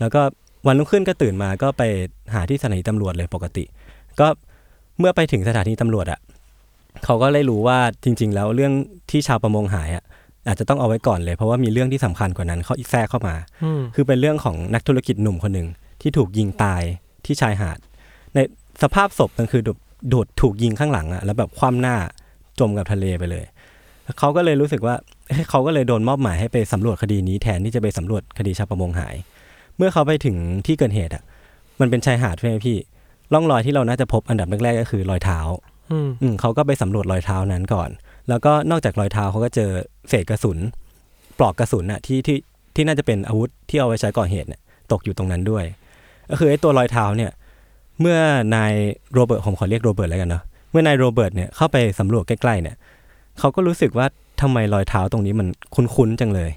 [SPEAKER 2] แล้วก็วันรุ่งขึ้นก็ตื่นมาก็ไปหาที่สถานีตำรวจเลยปกติ ก็เมื่อไปถึงสถานีตำรวจอะ เขาก็เลยรู้ว่าจริง ๆ แล้วเรื่องที่ชาวประมงหายอ่ะอาจจะต้องเอาไว้ก่อนเลย เพราะว่ามีเรื่องที่สำคัญกว่านั้นเขาแทรกเข้ามา
[SPEAKER 3] อืม
[SPEAKER 2] คือเป็นเรื่องของนักธุรกิจหนุ่มคนหนึ่งที่ถูกยิงตายที่ชายหาด ในสภาพศพมันคือโดดโดดถูกยิงข้างหลังอะแล้วแบบคว่ำหน้าจมกับทะเลไปเลย เขาก็เลยรู้สึกว่า เอ้ยเขาก็เลยโดนมอบหมายให้ไปสำรวจคดีนี้แทนที่จะไปสำรวจคดีชาวประมงหาย เมื่อเขาไปถึงที่เกิดเหตุอะมันเป็นชายหาดใช่ไหมพี่ร่องรอยที่เราน่าจะพบอันดับแรกๆก็คือรอยเท้า
[SPEAKER 3] อืม
[SPEAKER 2] อืมเขาก็ไปสำรวจรอยเท้านั้นก่อน แล้วก็นอกจากรอยเท้าเขาก็เจอเศษกระสุน ปลอกกระสุนน่ะที่ที่ที่น่าจะเป็นอาวุธที่เอาไว้ใช้ก่อเหตุเนี่ยตกอยู่ตรงนั้นด้วย ก็คือไอ้ตัวรอยเท้าเนี่ย เมื่อนายโรเบิร์ตผมขอเรียกโรเบิร์ตแล้วกันเนาะเมื่อนายโรเบิร์ตเนี่ยเข้าไปสำรวจใกล้ๆเนี่ยเขาก็รู้สึกว่าทำไมรอยเท้าตรงนี้มันคุ้นๆจังเลย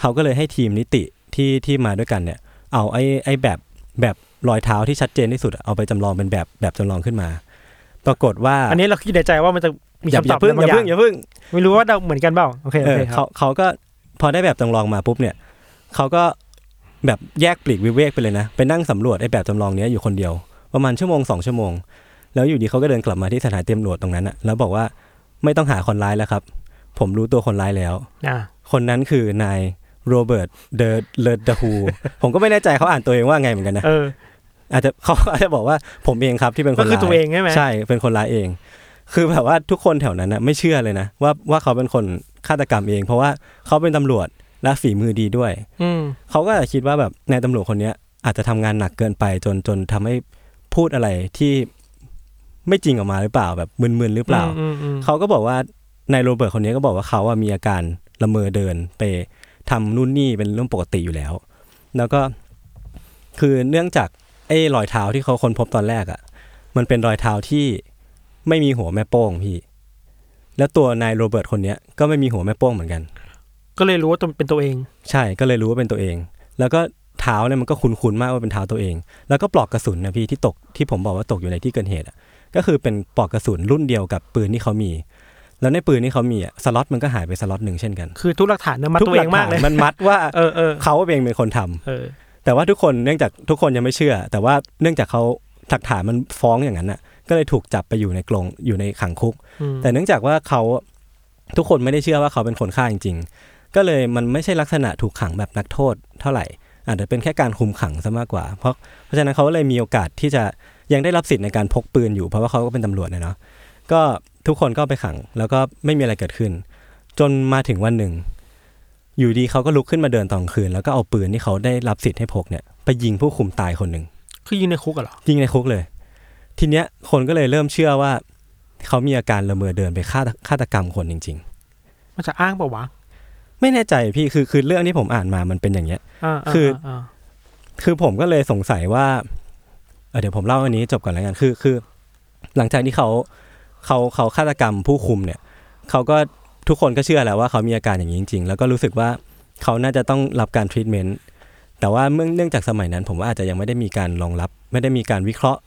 [SPEAKER 2] เขาก็เลยให้ทีมนิติที่ที่มาด้วยกันเนี่ย เอาไอ้ไอ้แบบแบบรอยเท้าที่ชัดเจนที่สุดอะเอาไปจำลองเป็นแบบแบบจำลองขึ้นมา ปรากฏว่า
[SPEAKER 3] อันนี้เราคิดในใจว่ามันจะมี
[SPEAKER 2] อย่า
[SPEAKER 3] คำตอบ
[SPEAKER 2] เพิ่ง
[SPEAKER 3] อะไร
[SPEAKER 2] อย่า
[SPEAKER 3] บา
[SPEAKER 2] เพิ่ง
[SPEAKER 3] ง
[SPEAKER 2] อย่
[SPEAKER 3] อา
[SPEAKER 2] ย่าเพิ่ง
[SPEAKER 3] งไม่รู้ว่าเราเหมือนกันเปล่าโอเค
[SPEAKER 2] เอ
[SPEAKER 3] โอ
[SPEAKER 2] อ
[SPEAKER 3] เคครั
[SPEAKER 2] เขา
[SPEAKER 3] บ
[SPEAKER 2] เขาก็พอได้แบบจำลองมาปุ๊บเนี่ยเขาก็แบบแยกปลีกวิเวกไปเลยนะ ไปนั่งสำรวจไอ้แบบจำลองเนี้ยอยู่คนเดียว ประมาณชั่วโมงสองชั่วโมง แล้วอยู่ดีเขาก็เดินกลับมาที่สถานเตรียมตำรวจตรงนั้นอะแล้วบอกว่าไม่ต้องหาคนร้ายแล้วครับ ผมรู้ตัวคนร้ายแล้ว
[SPEAKER 3] อ่า
[SPEAKER 2] คนนั้นคือนายโรเบิร์ตเดอเลดฮูผมก็ไม่แน่ใจเขาอ่านตัวเองว่าไงเหมือนกันนะ
[SPEAKER 3] เออ
[SPEAKER 2] อาจจะเขาอาจจะบอกว่าผมเองครับที่เป็นคน
[SPEAKER 3] ก็
[SPEAKER 2] ร้าย
[SPEAKER 3] คือตัวเองใช่ไหม
[SPEAKER 2] ใช่เป็นคนร้ายเอง คือแบบว่าทุกคนแถวนั้นนะไม่เชื่อเลยนะว่าว่าเขาเป็นคนฆาตกรรมเอง เพราะว่าเขาเป็นตำรวจและฝีมือดีด้วย
[SPEAKER 3] อืม
[SPEAKER 2] เขาก็คิดว่าแบบนายตำรวจคนเนี้ยอาจจะทำงานหนักเกินไปจนจนทำให้พูดอะไรที่ไม่จริงออกมาหรือเปล่าแบบมึนๆหรือเปล่า
[SPEAKER 3] อืมอืม
[SPEAKER 2] เขาก็บอกว่านายโรเบิร์ตคนนี้ก็บอกว่าเขาอะมีอาการละเมอเดินไปทำนู่นนี่เป็นเรื่องปกติอยู่แล้ว แล้วก็คือเนื่องจากไอ้รอยเท้าที่เขาค้นพบตอนแรกอะ่ะ มันเป็นรอยเท้าที่ไม่มีหัวแม่โป้งพี่ แล้วตัวนายโรเบิร์ตคนเนี้ยก็ไม่มีหัวแม่โป้งเหมือนกัน
[SPEAKER 3] ก็เลยรู้ว่าตัวเป็นตัวเอง
[SPEAKER 2] ใช่ก็เลยรู้ว่าเป็นตัวเอง แล้วก็เท้าเนี่ยมันก็คุ้นๆมากว่าเป็นเท้าตัวเอง แล้วก็ปลอกกระสุนนะพี่ที่ตกที่ผมบอกว่าตกอยู่ในที่เกิดเหตุอะก็คือเป็นปลอกกระสุนรุ่นเดียวกับปืนที่เขามี แล้วในปืนที่เขามีอะสล็อตมันก็หายไปสล็อตหนึ่งเช่นกัน
[SPEAKER 3] คือทุกหลักฐานเนี่ยมา
[SPEAKER 2] ทุ
[SPEAKER 3] ตัวเองมากเลย
[SPEAKER 2] มันมัดว่า
[SPEAKER 3] เออเออ
[SPEAKER 2] เขาเองเป็นคนทำ
[SPEAKER 3] เออ
[SPEAKER 2] แต่ว่าทุกคนเนื่องจากทุกคนยังไม่เชื่อ แต่ว่าเนื่องจากเขาหลักฐานมันฟ้องอย่างนั้นอ่ะ ก็เลยถูกจับไปอยู่ในกรงอยู่ในขังคุก
[SPEAKER 3] อืม
[SPEAKER 2] แต่เนื่องจากว่าเขาทุกคนไม่ได้เชื่อว่าเขาเป็นคนฆ่าจริงๆ ก็เลยมันไม่ใช่ลักษณะถูกขังแบบนักโทษเท่าไหร่ อาจจะเป็นแค่การคุมขังซะมากกว่า เพราะเพราะฉะนั้นเขาเลยมีโอกาสที่จะยังได้รับสิทธิ์ในการพกปืนอยู่ เพราะว่าเขาก็เป็นตำรวจนะเนาะก็ทุกคนก็ไปขังแล้วก็ไม่มีอะไรเกิดขึ้น จนมาถึงวันหนึ่ง อยู่ดีเขาก็ลุกขึ้นมาเดินตอนกลางคืน แล้วก็เอาปืนที่เขาได้รับสิทธิ์ให้พกเนี่ยไปยิงผู้คุมตายคนหนึ่ง
[SPEAKER 3] คือยิงในคุกอะเหรอ
[SPEAKER 2] ยิงในคุกเลย ทีเนี้ยคนก็เลยเริ่มเชื่อว่า เขามีอาการละเมอเดินไปฆ่าฆาตกรรมคนจริง
[SPEAKER 3] มันจะอ้างเปล่าวะ
[SPEAKER 2] ๆ ไม่แน่ใจพี่คือคือเรื่องที่ผมอ่านมามันเป็นอย่างเงี้ย
[SPEAKER 3] อ่าา
[SPEAKER 2] คือ
[SPEAKER 3] าา
[SPEAKER 2] คือผมก็เลยสงสัยว่าเอ่อเดี๋ยวผมเล่าอันนี้จบก่อนแล้วกันคือคือ หลังจากที่เขาเขาเขาฆาตกรรมผู้คุมเนี่ยเขาก็ทุกคนก็เชื่อแหล้วว่าเขามีอาการอย่างนี้จริง ๆ แล้วก็รู้สึกว่าเขาน่าจะต้องรับการทรีทเมนต์แต่ว่าเมื่อเนื่องจากสมัยนั้น ผมว่าอาจจะยังไม่ได้มีการรองรับ ไม่ได้มีการวิเคราะห์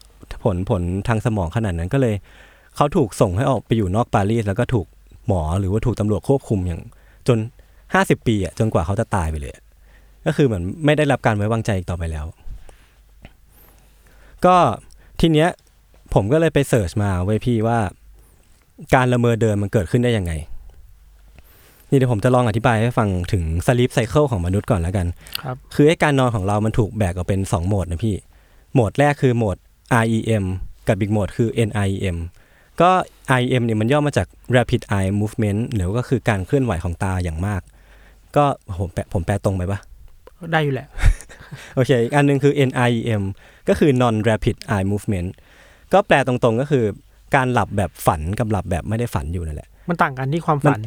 [SPEAKER 2] ผลผลทางสมองขนาดนั้นก็เลย เขาถูกส่งให้ออกไปอยู่นอกปารีสแล้วก็ถูกหมอหรือว่าถูกตำรวจควบคุมอย่างจนห้าสิบปีอ่ะจนกว่าเขาจะตายไปเลย ก็คือเหมือนไม่ได้รับการไว้วางใจอีกต่อไปแล้ว ก็ทีเนี้ยผมก็เลยไปเสิร์ชมาเว้ยพี่ว่า การละเมอเดินมันเกิดขึ้นได้ยังไง นี่เดี๋ยวผมจะลองอธิบายให้ฟังถึงสลีปไซเคิลของมนุษย์ก่อนแล้วกัน
[SPEAKER 3] ครับ
[SPEAKER 2] คือไอ้การนอนของเรามันถูกแบ่งออกเป็น 2 โหมดนะพี่ โหมดแรกคือโหมด REM กับอีกโหมดคือ NIEM ก็ REM เนี่ยมันย่อมาจาก Rapid Eye Movement หรือก็คือการเคลื่อนไหวของตาอย่างมาก ก็ผมแปลผมแปลตรงไปปะ
[SPEAKER 3] ได้อยู่แหละ
[SPEAKER 2] โอเค อีกอันหนึ่งคือ NIEM ก็คือ non rapid eye movement ก็แปลตรงๆก็คือการหลับแบบฝันกับหลับแบบไม่ได้ฝันอยู่นั่นแหละ
[SPEAKER 3] มันต่างกันที่ความฝัน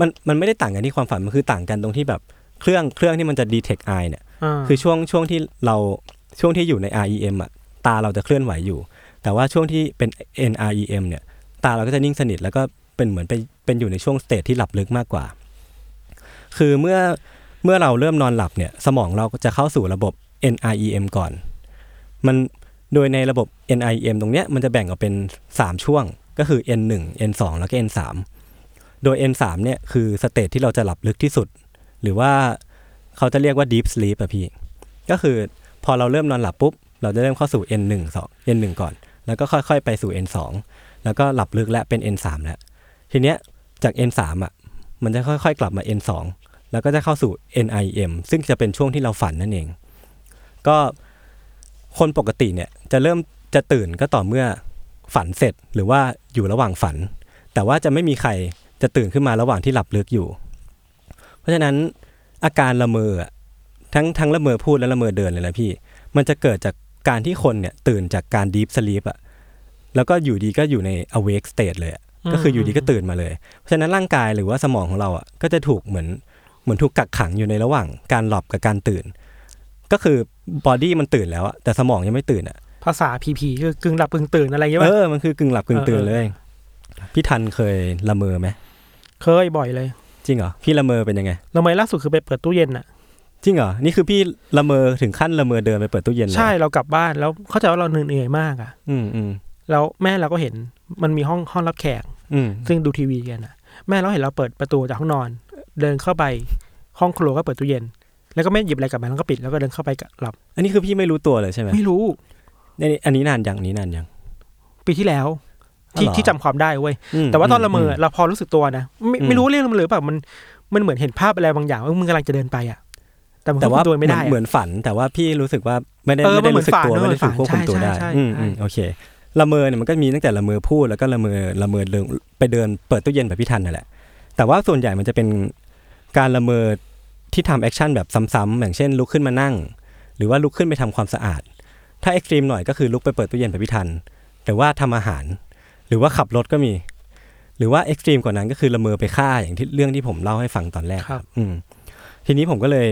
[SPEAKER 2] มันมันไม่ได้ต่างกันที่ความฝัน มันคือต่างกันตรงที่แบบเครื่องเครื่องที่มันจะ detect eye เนี่ย
[SPEAKER 3] อ่า
[SPEAKER 2] คือช่วงช่วงที่เราช่วงที่อยู่ใน REM อ่ะตาเราจะเคลื่อนไหวอยู่ แต่ว่าช่วงที่เป็น NREM เนี่ยตาเราก็จะนิ่งสนิทแล้วก็เป็นเหมือนเป็นเป็นอยู่ในช่วงสเตจที่หลับลึกมากกว่า คือเมื่อเมื่อเราเริ่มนอนหลับเนี่ยสมองเราก็จะเข้าสู่ระบบ NREM ก่อน มันโดยในระบบ NREM ตรงเนี้ยมันจะแบ่งออกเป็น 3 ช่วงก็คือ N1 N2 แล้วก็ N3 โดย N3 เนี่ยคือสเตจที่เราจะหลับลึกที่สุด หรือว่าเขาจะเรียกว่า deep sleep อะพี่ ก็คือพอเราเริ่มนอนหลับปุ๊บ เราจะเริ่มเข้าสู่ N1 สอง N1 ก่อน แล้วก็ค่อยๆ ไปสู่ N2 แล้วก็หลับลึกและเป็น N3 แล้ว ทีเนี้ยจาก N3 อ่ะมันจะค่อยๆ กลับมา N2 แล้วก็จะเข้าสู่ NIM ซึ่งจะเป็นช่วงที่เราฝันนั่นเอง ก็คนปกติเนี่ยจะเริ่มจะตื่นก็ต่อเมื่อฝันเสร็จหรือว่าอยู่ระหว่างฝัน แต่ว่าจะไม่มีใครจะตื่นขึ้นมาระหว่างที่หลับลึกอยู่ เพราะฉะนั้นอาการละเมออะ ทั้งทั้งละเมอพูดและละเมอเดินเลยนะพี่ มันจะเกิดจากการที่คนเนี่ยตื่นจากการดีฟสลีปอะแล้วก็อยู่ดีก็อยู่ใน awake state เลยอะก็คืออยู่ดีก็ตื่นมาเลย เพราะฉะนั้นร่างกายหรือว่าสมองของเราอะก็จะถูกเหมือนเหมือนถูกกักขังอยู่ในระหว่างการหลับกับการตื่น ก็คือบอดี้มันตื่นแล้วอะแต่สมองยังไม่ตื่นอะ
[SPEAKER 3] ภาษาผีผีๆคือกึ่งหลับกึ่งตื่นอะไรอย่างเงี้ย
[SPEAKER 2] เอ
[SPEAKER 3] ปะ
[SPEAKER 2] อ มันคือกึ่งหลับกึ่งตื่น
[SPEAKER 3] เออ
[SPEAKER 2] เลย พี่ทันเคยละเมอไหม
[SPEAKER 3] เคยบ่อยเลย
[SPEAKER 2] จริงเหรอ พี่ละเมอเป็นยังไง
[SPEAKER 3] เราไม่ล่าสุดคือไปเปิดตู้เย็นอะ
[SPEAKER 2] จริงเหรอ นี่คือพี่ละเมอถึงขั้นละเมอเดินไปเปิดตู้เย็นเลย
[SPEAKER 3] ใช่เรากลับบ้านแล้วเข้าใจว่าเราเหนื่อยๆมากอะ
[SPEAKER 2] อืมอืม
[SPEAKER 3] แล้วแม่เราก็เห็นมันมีห้องห้องรับแขก
[SPEAKER 2] อืม
[SPEAKER 3] ซึ่งดูทีวีกันอะแม่เราเห็นเราเปิดประตูจากห้องนอน เดินเข้าไปห้องครัวก็เปิดตู้เย็น แล้วก็ไม่หยิบอะไรกลับมาแล้วก็ปิดแล้วก็เดินเข้าไปกับหลับ
[SPEAKER 2] อันนี้คือพี่ไม่รู้ตัวเลยใช่ไหม
[SPEAKER 3] ไม่รู้
[SPEAKER 2] นี่อันนี้นานยังอันนี้นานยัง
[SPEAKER 3] ปีที่แล้ว ที่
[SPEAKER 2] อ๋อเหรอ
[SPEAKER 3] ที่จำความได้เว้ย
[SPEAKER 2] ม
[SPEAKER 3] แต่ว่าตอนละเมออเราพอรู้สึกตัวนะไม่
[SPEAKER 2] อืม
[SPEAKER 3] ไม่รู้เรื่องมันเลยแบบมันมันเหมือนเห็นภาพอะไรบางอย่างว่ามึงกำลังจะเดินไปอ่ะแต่มึง
[SPEAKER 2] แต่ว่า
[SPEAKER 3] ควบคุมตัวไม่ได้
[SPEAKER 2] เหอน
[SPEAKER 3] อะ
[SPEAKER 2] เหมือนฝัน แต่ว่าพี่รู้สึกว่าไม่ได้
[SPEAKER 3] เออ
[SPEAKER 2] ไม่ได้
[SPEAKER 3] มันเหมือน
[SPEAKER 2] รู้สึกตัว
[SPEAKER 3] ฝัน
[SPEAKER 2] ไม่ได้ถูกควบคุมตัวได้
[SPEAKER 3] ใช่ใช่
[SPEAKER 2] อืม
[SPEAKER 3] ใช่
[SPEAKER 2] อืมโอเคละเมอเนี่ยมันก็มีตั้งแต่ละเมอพูดแล้วก็ละเมอละเมอเดินไปเดินเปิดตู้เย็นแบบพี่ทันนั่นแหละ แต่ว่าส่วนใหญ่มันจะเป็นการละเมอที่ทำแอคชั่นแบบซ้ำๆอย่างเช่น ลุกขึ้นมานั่ง หรือว่าลุกขึ้นไปทำความสะอาด ถ้าเอ็กซ์ตรีมหน่อยก็คือลุกไปเปิดตู้เย็นแบบพี่ทันหรือว่าทำอาหาร หรือว่าขับรถก็มี หรือว่าเอ็กซ์ตรีมกว่านั้นก็คือละเมอไปฆ่าอย่างที่เรื่องที่ผมเล่าให้ฟังตอนแรก
[SPEAKER 3] ครับ
[SPEAKER 2] อืมทีนี้ผมก็เลย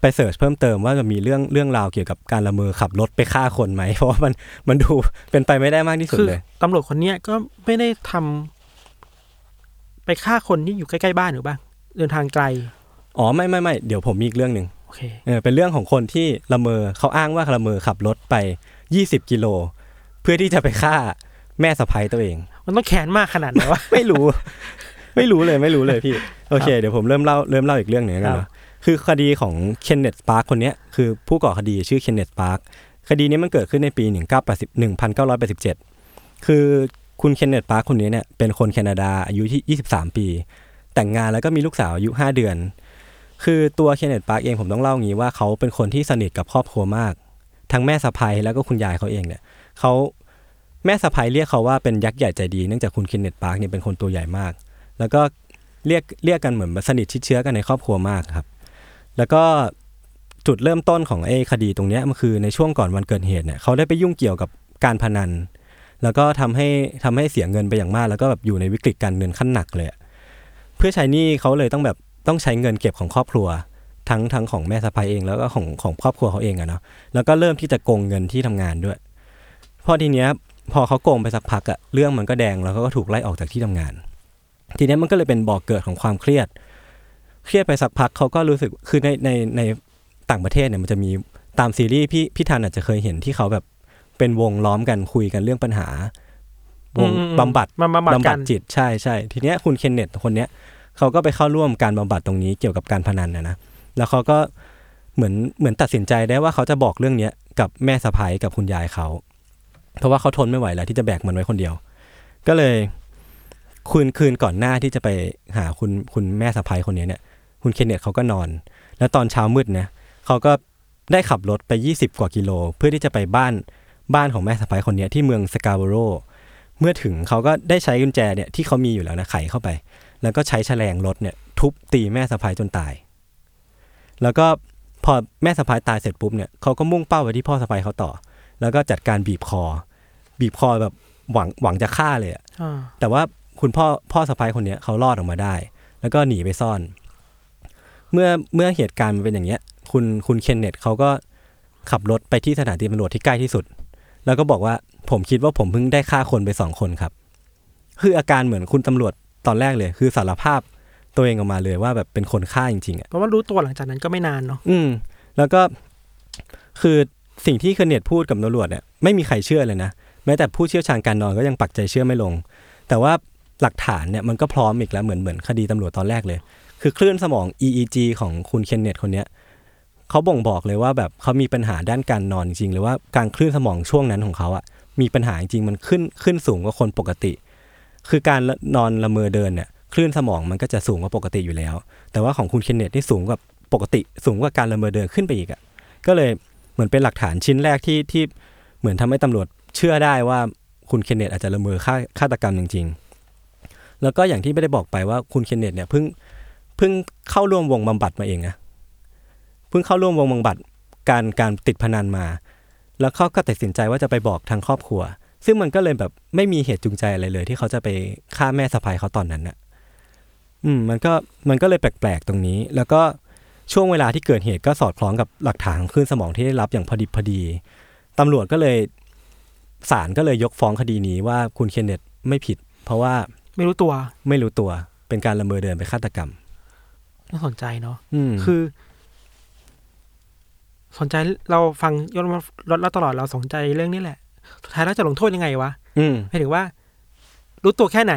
[SPEAKER 2] ไปเสิร์ชเพิ่มเติมว่าจะมีเรื่องเรื่องราวเกี่ยวกับการละเมอขับรถไปฆ่าคนไหม เพราะว่ามันมันดูเป็นไปไม่ได้มากที่สุด
[SPEAKER 3] คือ
[SPEAKER 2] เลย
[SPEAKER 3] ตำรวจคนเนี้ยก็ไม่ได้ทำไปฆ่าคนที่อยู่ใกล้ๆบ้านหรือบ้างเดินทางไกล
[SPEAKER 2] อ๋อไม่ไม่ไม่เดี๋ยวผมมีอีกเรื่องหนึ่ง
[SPEAKER 3] โอเค
[SPEAKER 2] เออเป็นเรื่องของคนที่ละเมอเขาอ้างว่าละเมอขับรถไป 20 กิโล เพื่อที่จะไปฆ่าแม่สะใภ้ตัวเอง
[SPEAKER 3] มันต้องแค้นมากขนาดไหนวะ
[SPEAKER 2] ไม่รู้ ไม่รู้เลยไม่รู้เลยพี่ โอเค เดี๋ยวผมเริ่มเล่าเริ่มเล่าอีกเรื่องหนึ่งแล้วกัน
[SPEAKER 3] ครับ
[SPEAKER 2] เนาะคือคดีของเคนเนตสปาร์คคนเนี้ยคือผู้ก่อคดีชื่อเคนเนตสปาร์คคดีนี้มันเกิดขึ้นในปี 1980 1987 คือคุณเคนเนตสปาร์คคนนี้เนี่ยเป็นคนแคนาดาอายุที่ 23 ปี แต่งงานแล้วก็มีลูกสาวอายุ 5 เดือน คือตัวเคนเนตสปาร์คเองผมต้องเล่าอย่างนี้ว่าเขาเป็นคนที่สนิทกับครอบครัวมาก ทั้งแม่สะใภ้แล้วก็คุณยายเขาเองเนี่ยเขา แม่สะพายเรียกเขาว่าเป็นยักษ์ใหญ่ใจดีเนื่องจากคุณเคนเนตปาร์คเนี่ยเป็นคนตัวใหญ่มาก แล้วก็เรียกเรียกกันเหมือนสนิทชิดเชื้อกันในครอบครัวมากครับ แล้วก็จุดเริ่มต้นของไอ้คดีตรงเนี้ยมันคือในช่วงก่อนวันเกิดเหตุเนี่ยเขาได้ไปยุ่งเกี่ยวกับการพนัน แล้วก็ทำให้ทำให้เสียเงินไปอย่างมาก แล้วก็แบบอยู่ในวิกฤตการเงินขั้นหนักเลยอะเพื่อใช้หนี้เขาเลยต้องแบบต้องใช้เงินเก็บของครอบครัว ทั้งทั้งของแม่สะพายเองแล้วก็ของของครอบครัวเขาเองอะเนาะแล้วก็เริ่มที่จะโกงเงินที่ทำงานด้วยพอทีเนี้ย พอเขาโกงไปสักพักอะเรื่องมันก็แดงแล้วเขาก็ถูกไล่ออกจากที่ทำงาน ทีเนี้ยมันก็เลยเป็นบ่อกเกิดของความเครียด เครียดไปสักพักเขาก็รู้สึกคือในในในต่างประเทศเนี่ยมันจะมีตามซีรีส์พี่พี่ทันอาจจะเคยเห็นที่เขาแบบเป็นวงล้อมกันคุยกันเรื่องปัญหา วง
[SPEAKER 3] อืมอืม
[SPEAKER 2] บำบัด
[SPEAKER 3] มาบำบัด
[SPEAKER 2] บำ
[SPEAKER 3] กั
[SPEAKER 2] บั
[SPEAKER 3] น
[SPEAKER 2] ดจิตใช่ใช่ทีเนี้ยคุณเคนเนตคนเนี้ยเขาก็ไปเข้าร่วมการบำบัดตรงนี้เกี่ยวกับการพนันนะนะแล้วเขาก็เหมือนเหมือนตัดสินใจได้ว่าเขาจะบอกเรื่องเนี้ยกับแม่สะพ้ยกับคุณยายเขาเพราะว่าเขาทนไม่ไหวแล้วที่จะแบกมันไว้คนเดียว ก็เลยคืนคืนก่อนหน้าที่จะไปหาคุณคุณแม่สะพ้ยคนเนี้ยเนี่ย คุณเคนเนตเขาก็นอน แล้วตอนเช้ามืดนะเขาก็ได้ขับรถไป 20 กว่ากิโล เพื่อที่จะไปบ้านบ้านของแม่สะพ้ยคนเนี้ยที่เมืองสกาโบโร เมื่อถึงเขาก็ได้ใช้กุญแจเนี่ยที่เขามีอยู่แล้วนะไขเข้าไป แล้วก็ใช้แฉลงรถเนี่ยทุบตีแม่สะพ้ายจนตาย แล้วก็พอแม่สะพ้ายตายเสร็จปุ๊บเนี่ยเขาก็มุ่งเป้าไปที่พ่อสะพ้ายเขาต่อ แล้วก็จัดการบีบคอ บีบคอแบบหวังหวังจะฆ่าเลยอะ
[SPEAKER 3] อ่า
[SPEAKER 2] แต่ว่าคุณพ่อพ่อสะพ้ายคนเนี้ยเขารอดออกมาได้ แล้วก็หนีไปซ่อน เมื่อเมื่อเหตุการณ์มันเป็นอย่างเงี้ย คุณคุณเคนเนตเขาก็ขับรถไปที่สถานีตำรวจที่ใกล้ที่สุด แล้วก็บอกว่าผมคิดว่าผมเพิ่งได้ฆ่าคนไปสองคนครับ คืออาการเหมือนคุณตำรวจตอนแรกเลย คือสารภาพตัวเองออกมาเลยว่าแบบเป็นคนฆ่าจริงๆอะ
[SPEAKER 3] เพราะว่ารู้ตัวหลังจากนั้นก็ไม่นานเนาะ
[SPEAKER 2] อืมแล้วก็คือสิ่งที่เคนเนตพูดกับตำรวจเนี่ยไม่มีใครเชื่อเลยนะ แม้แต่ผู้เชี่ยวชาญการนอนก็ยังปักใจเชื่อไม่ลง แต่ว่าหลักฐานเนี่ยมันก็พร้อมอีกแล้วเหมือนเหมือนคดีตำรวจตอนแรกเลย คือคลื่นสมอง EEG ของคุณเคนเนตคนเนี้ยเขาบ่งบอกเลยว่าแบบเขามีปัญหาด้านการนอนจริงๆหรือว่าการคลื่นสมองช่วงนั้นของเขาอะมีปัญหาจริงๆมันขึ้นขึ้นสูงกว่าคนปกติ คือการนอนละเมอเดินเนี่ยคลื่นสมองมันก็จะสูงกว่าปกติอยู่แล้ว แต่ว่าของคุณเคนเนตที่สูงกว่าปกติสูงกว่าการละเมอเดินขึ้นไปอีกอะ่ะก็เลยเหมือนเป็นหลักฐานชิ้นแรกที่ที่เหมือนทำให้ตำรวจเชื่อได้ว่าคุณเคนเนตอาจจะละเมอฆ่าฆาตกรรมจริง ๆ แล้วก็อย่างที่ไม่ได้บอกไปว่าคุณเคนเนตเนี่ยเพิ่งเพิ่งเข้าร่วมวงบำบัดมาเองนะเพิ่งเข้าร่วมวงบำบัดการการติดพนันมา แล้วเขาก็ตัดสินใจว่าจะไปบอกทางครอบครัว ซึ่งมันก็เลยแบบไม่มีเหตุจูงใจอะไรเลย ที่เขาจะไปฆ่าแม่สะพายเขาตอนนั้นน่ะ อืมมันก็มันก็เลยแปลกๆตรงนี้ แล้วก็ช่วงเวลาที่เกิดเหตุก็สอดคล้องกับหลักฐานของคลื่นสมองที่ได้รับอย่างพอดิบพอดีตำรวจก็เลยศาลก็เลยยกฟ้องคดีนี้ว่าคุณเคนเนตไม่ผิด เพราะว่า
[SPEAKER 3] ไม่รู้ตัว
[SPEAKER 2] ไม่รู้ตัวเป็นการละเมอเดินไปฆาตกรรม
[SPEAKER 3] น่าสนใจเนาะ
[SPEAKER 2] อืม
[SPEAKER 3] คือ สนใจเราฟังยศรถเราตลอดเราสนใจเรื่องนี้แหละสุดท้ายแล้วจะลงโทษยังไงวะ
[SPEAKER 2] อืม
[SPEAKER 3] หมายถึงว่า รู้ตัวแค่ไหน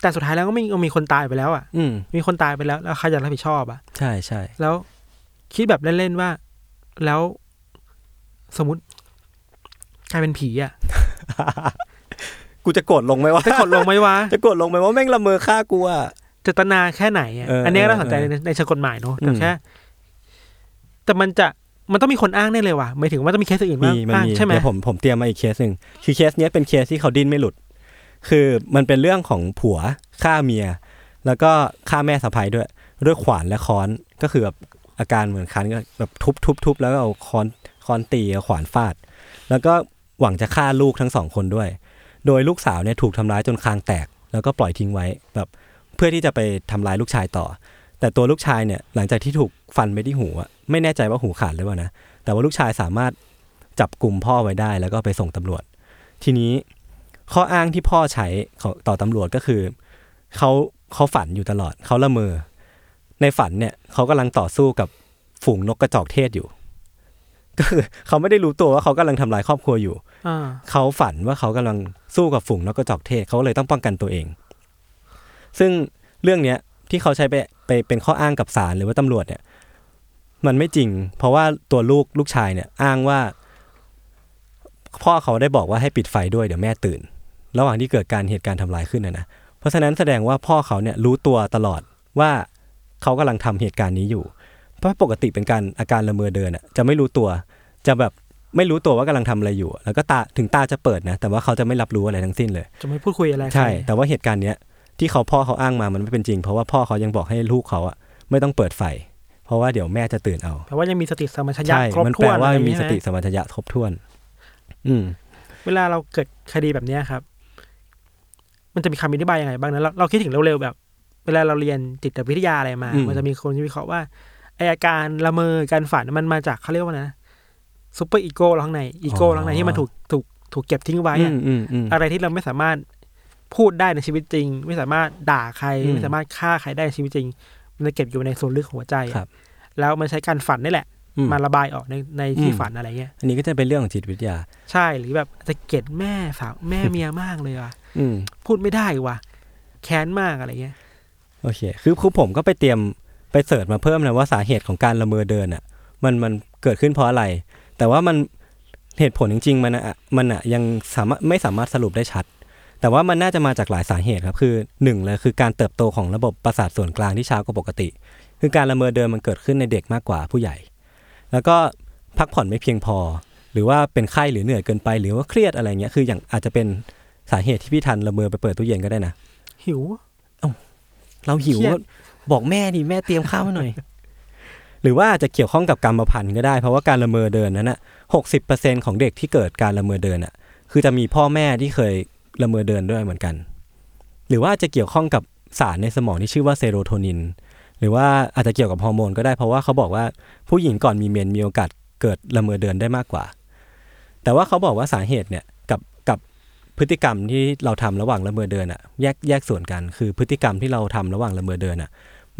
[SPEAKER 3] แต่สุดท้ายแล้วก็มีมีคนตายไปแล้วอ่ะ
[SPEAKER 2] อืม
[SPEAKER 3] มีคนตายไปแล้วแล้วใครจะรับผิดชอบอ่ะ
[SPEAKER 2] ใช่ใช่
[SPEAKER 3] แล้วคิดแบบเล่นๆว่า แล้วสมมติ กลายเป็นผีอ่ะ
[SPEAKER 2] กูจะโกรธลงไหมวะ
[SPEAKER 3] จะกดลงไหม วะ
[SPEAKER 2] จะโกรธลงไหมว่าแม่งละเมอฆ่ากูอะ
[SPEAKER 3] เจตนาแค่ไหนอะ
[SPEAKER 2] เอออั
[SPEAKER 3] อันนี้ก็น่า
[SPEAKER 2] เออ
[SPEAKER 3] สนใจ
[SPEAKER 2] เออ
[SPEAKER 3] ในในเชิงกฎหมายเนอะแต่
[SPEAKER 2] อืม
[SPEAKER 3] แค่ แต่มันจะมันต้องมีคนอ้างแน่เลยว่ะหมายถึงว่าต้องมีเคสอื่น
[SPEAKER 2] มีมัน
[SPEAKER 3] บ้างอ้าง
[SPEAKER 2] มี
[SPEAKER 3] ใช่ไหม
[SPEAKER 2] เดี๋ยวผมผมเตรียมมาอีกเคสหนึ่งคือเคสเนี้ยเป็นเคสที่เขาดิ้นไม่หลุด คือมันเป็นเรื่องของผัวฆ่าเมีย แล้วก็ฆ่าแม่สะพ้ายด้วย ด้วยขวานและค้อนก็คือแบบอาการเหมือนคันก็แบบทุบทุบทุบแล้วก็เอาค้อนค้อนตีเอาขวานฟาด แล้วก็หวังจะฆ่าลูกทั้งสองคนด้วย โดยลูกสาวเนี่ยถูกทำร้ายจนคางแตก แล้วก็ปล่อยทิ้งไว้แบบเพื่อที่จะไปทำร้ายลูกชายต่อ แต่ตัวลูกชายเนี่ยหลังจากที่ถูกฟันไปที่หูอะไม่แน่ใจว่าหูขาดหรือเปล่านะแต่ว่าลูกชายสามารถ จับกลุ่มพ่อไว้ได้แล้วก็ไปส่งตำรวจ ทีนี้ข้ออ้างที่พ่อใช้ของต่อตำรวจก็คือเขาเขาฝันอยู่ตลอดเขาละเมอ ในฝันเนี่ยเขากำลังต่อสู้กับฝูงนกกระจอกเทศอยู่ ก็คือเขาไม่ได้รู้ตัวว่าเขากำลังทำลายครอบครัวอยู่
[SPEAKER 3] อ่า
[SPEAKER 2] เขาฝันว่าเขากำลังสู้กับฝูงนกกระจอกเทศเขาเลยต้องป้องกันตัวเอง ซึ่งเรื่องเนี้ยที่เขาใช้ไปไปเป็นข้ออ้างกับศาลหรือว่าตำรวจเนี่ย มันไม่จริง เพราะว่าตัวลูกลูกชายเนี่ยอ้างว่า พ่อเขาได้บอกว่าให้ปิดไฟด้วยเดี๋ยวแม่ตื่น ระหว่างที่เกิดการเหตุการณ์ทำลายขึ้นนะนะเพราะฉะนั้นแสดงว่าพ่อเขาเนี่ยรู้ตัวตลอดว่าเขากำลังทำเหตุการณ์นี้อยู่ เพราะปกติเป็นการอาการละเมอเดินอะจะไม่รู้ตัวจะแบบ ไม่รู้ตัวว่ากำลังทำอะไรอยู่ แล้วก็ตาถึงตาจะเปิดนะ แต่ว่าเขาจะไม่รับรู้อะไรทั้งสิ้นเลย
[SPEAKER 3] จะไม่พูดคุยอะไร
[SPEAKER 2] ใช่
[SPEAKER 3] คร
[SPEAKER 2] แต่ว่าเหตุการณ์เนี้ยที่เขาพ่อเขาอ้างมามันไม่เป็นจริง เพราะว่าพ่อเขายังบอกให้ลูกเขาอะไม่ต้องเปิดไฟ เพราะว่าเดี๋ยวแม่จะตื่นเอา
[SPEAKER 3] แปลว่ายังมีสติสัมปชัญญะ
[SPEAKER 2] ใช่
[SPEAKER 3] ครบ
[SPEAKER 2] มัน
[SPEAKER 3] ถ้
[SPEAKER 2] แปล
[SPEAKER 3] วน
[SPEAKER 2] ว่า
[SPEAKER 3] อะไรอย่ง
[SPEAKER 2] มี
[SPEAKER 3] งี้
[SPEAKER 2] ส
[SPEAKER 3] ใช่ไห
[SPEAKER 2] ติสมปชัญญะครบถ้วน อืม
[SPEAKER 3] เวลาเราเกิดคดีแบบเนี้ยครับ มันจะมีคำอธิบายยังไงบ้างนะเราเราคิดถึงเร็วๆแบบ เวลาเราเรียนจิตวิทยาอะไรมา
[SPEAKER 2] อืม
[SPEAKER 3] มันจะมีคนที่วิเคราะห์ว่าไออาการละเมอการฝันมันมาจากเขาเรียกว่านะซูเปอร์อีโก้ข้างในอีโก้ข้างในที่มันถูกถูกถูกเก็บทิ้งไว้
[SPEAKER 2] อื
[SPEAKER 3] อะ
[SPEAKER 2] มอืมอืม
[SPEAKER 3] อะไรที่เราไม่สามารถพูดได้ในชีวิตจริง ไม่สามารถด่าใคร
[SPEAKER 2] อืม
[SPEAKER 3] ไม่สามารถฆ่าใครได้ในชีวิตจริง มันจะเก็บอยู่ในส่วนลึกของหัวใจอะ
[SPEAKER 2] ครับ
[SPEAKER 3] แล้วมันใช้การฝันนี่แหละ
[SPEAKER 2] อืม
[SPEAKER 3] มาระบายออกในในที่
[SPEAKER 2] อืม
[SPEAKER 3] ฝันอะไรเงี้ย
[SPEAKER 2] อันนี้ก็จะเป็นเรื่องของจิตวิทยา
[SPEAKER 3] ใช่หรือแบบจะเกลียดแม่สาวแม่เมียมากเลยว่ะ
[SPEAKER 2] อืม
[SPEAKER 3] พูดไม่ได้ว่ะแค้นมากอะไรเงี้ย
[SPEAKER 2] โอเค คือคือผมก็ไปเตรียมไปเสิร์ชมาเพิ่มนะว่าสาเหตุของการละเมอเดินอ่ะ มันมันเกิดขึ้นเพราะอะไร แต่ว่ามันเหตุผลจริงๆ มันอะมันอะยังสามารถไม่สามารถสรุปได้ชัด แต่ว่ามันน่าจะมาจากหลายสาเหตุครับคือหนึ่งเลยคือการเติบโตของระบบประสาทส่วนกลางที่ช้ากว่าปกติ คือการละเมอเดินมันเกิดขึ้นในเด็กมากกว่าผู้ใหญ่ แล้วก็พักผ่อนไม่เพียงพอ หรือว่าเป็นไข้หรือเหนื่อยเกินไป หรือว่าเครียดอะไรเงี้ยคืออย่างอาจจะเป็นสาเหตุที่พี่ทันละเมอไปเปิดตู้เย็นก็ได้นะ
[SPEAKER 3] หิว
[SPEAKER 2] เราหิว
[SPEAKER 3] เครียด
[SPEAKER 2] บอกแม่ดิแม่เตรียมข้าวมาหน่อย หรือว่าอาจจะเกี่ยวข้องกับกรรมพันธุ์ก็ได้ เพราะว่าการละเมอเดินนั้นน่ะหกสิบเปอร์เซ็นของเด็กที่เกิดการละเมอเดินอ่ะ คือจะมีพ่อแม่ที่เคยละเมอเดินด้วยเหมือนกัน หรือว่าอาจจะเกี่ยวข้องกับสารในสมองที่ชื่อว่าเซโรโทนิน หรือว่าอาจจะเกี่ยวกับฮอร์โมนก็ได้เพราะว่าเขาบอกว่าผู้หญิงก่อนมีเมนมีโอกาสเกิดละเมอเดินได้มากกว่า แต่ว่าเขาบอกว่าสาเหตุเนี่ยกับกับพฤติกรรมที่เราทำระหว่างละเมอเดินอะแยกแยกส่วนกัน คือพฤติกรรมที่เราทำระหว่างละเมอเดินอะ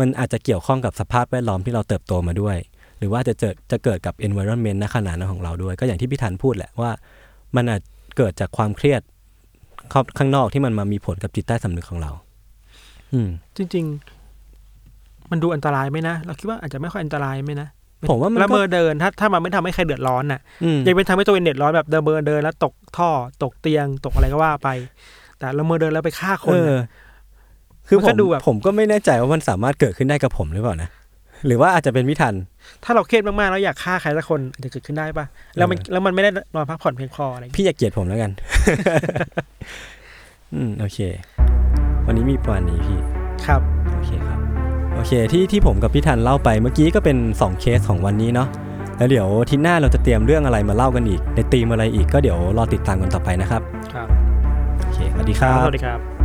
[SPEAKER 2] มันอาจจะเกี่ยวข้องกับสภาพแวดล้อมที่เราเติบโตมาด้วย หรือว่าจะเจอจะเกิดกับ environment ณขณะนั้นของเราด้วย ก็อย่างที่พี่ธันพูดแหละว่า มันอาจเกิดจากความเครียดข้างข้างนอกที่มันมามีผลกับจิตใต้สำนึกของเรา อืม
[SPEAKER 3] จริง ๆ มันดูอันตรายไหมนะเราคิดว่าอาจจะไม่ค่อยอันตรายไหมนะ
[SPEAKER 2] ผมว่ามันก็
[SPEAKER 3] ละเมอเดินถ้าถ้ามันไม่ทำให้ใครเดือดร้อนน่ะ
[SPEAKER 2] อืม
[SPEAKER 3] ยังเป็นทำให้ตัวเองเดือดร้อนแบบเดินเบอร์เดินแล้วตกท่อตกเตียงตกอะไรก็ว่าไป แต่ละเมอเดินแล้วไปฆ่าคน
[SPEAKER 2] เอ
[SPEAKER 3] น่ะ
[SPEAKER 2] อคือ
[SPEAKER 3] มัน
[SPEAKER 2] ผ
[SPEAKER 3] ก็
[SPEAKER 2] ม
[SPEAKER 3] ดูแบบ
[SPEAKER 2] ผมก็ไม่แน่ใจว่ามันสามารถเกิดขึ้นได้กับผมหรือเปล่านะ หรือว่าอาจจะเป็นพิธัน
[SPEAKER 3] ถ้าเราเครียดมากๆแล้วอยากฆ่าใครสักคนอาจจะเกิดขึ้นได้ปะแล้วมัน
[SPEAKER 2] เออ
[SPEAKER 3] แล้วมันไม่ได้นอนพักผ่อนเพียงพออะไรอย่างเงี้ย
[SPEAKER 2] พี่อย่าเกลียดผมแล้วกัน อืม โอเค วันนี้มีประมาณนี้พี่
[SPEAKER 3] ครับ
[SPEAKER 2] โอเคครับ โอเคที่ที่ผมกับพี่ธันเล่าไปเมื่อกี้ก็เป็น 2 เคสของวันนี้เนาะแล้วเดี๋ยวอาทิตย์หน้าเราจะเตรียมเรื่องอะไรมาเล่ากันอีกในธีมอะไรอีกก็เดี๋ยวรอติดตามกันต่อไปนะครับ
[SPEAKER 3] ครับ
[SPEAKER 2] โอเคสวัสดีครั
[SPEAKER 3] ส
[SPEAKER 2] บ
[SPEAKER 3] วัสดีครับ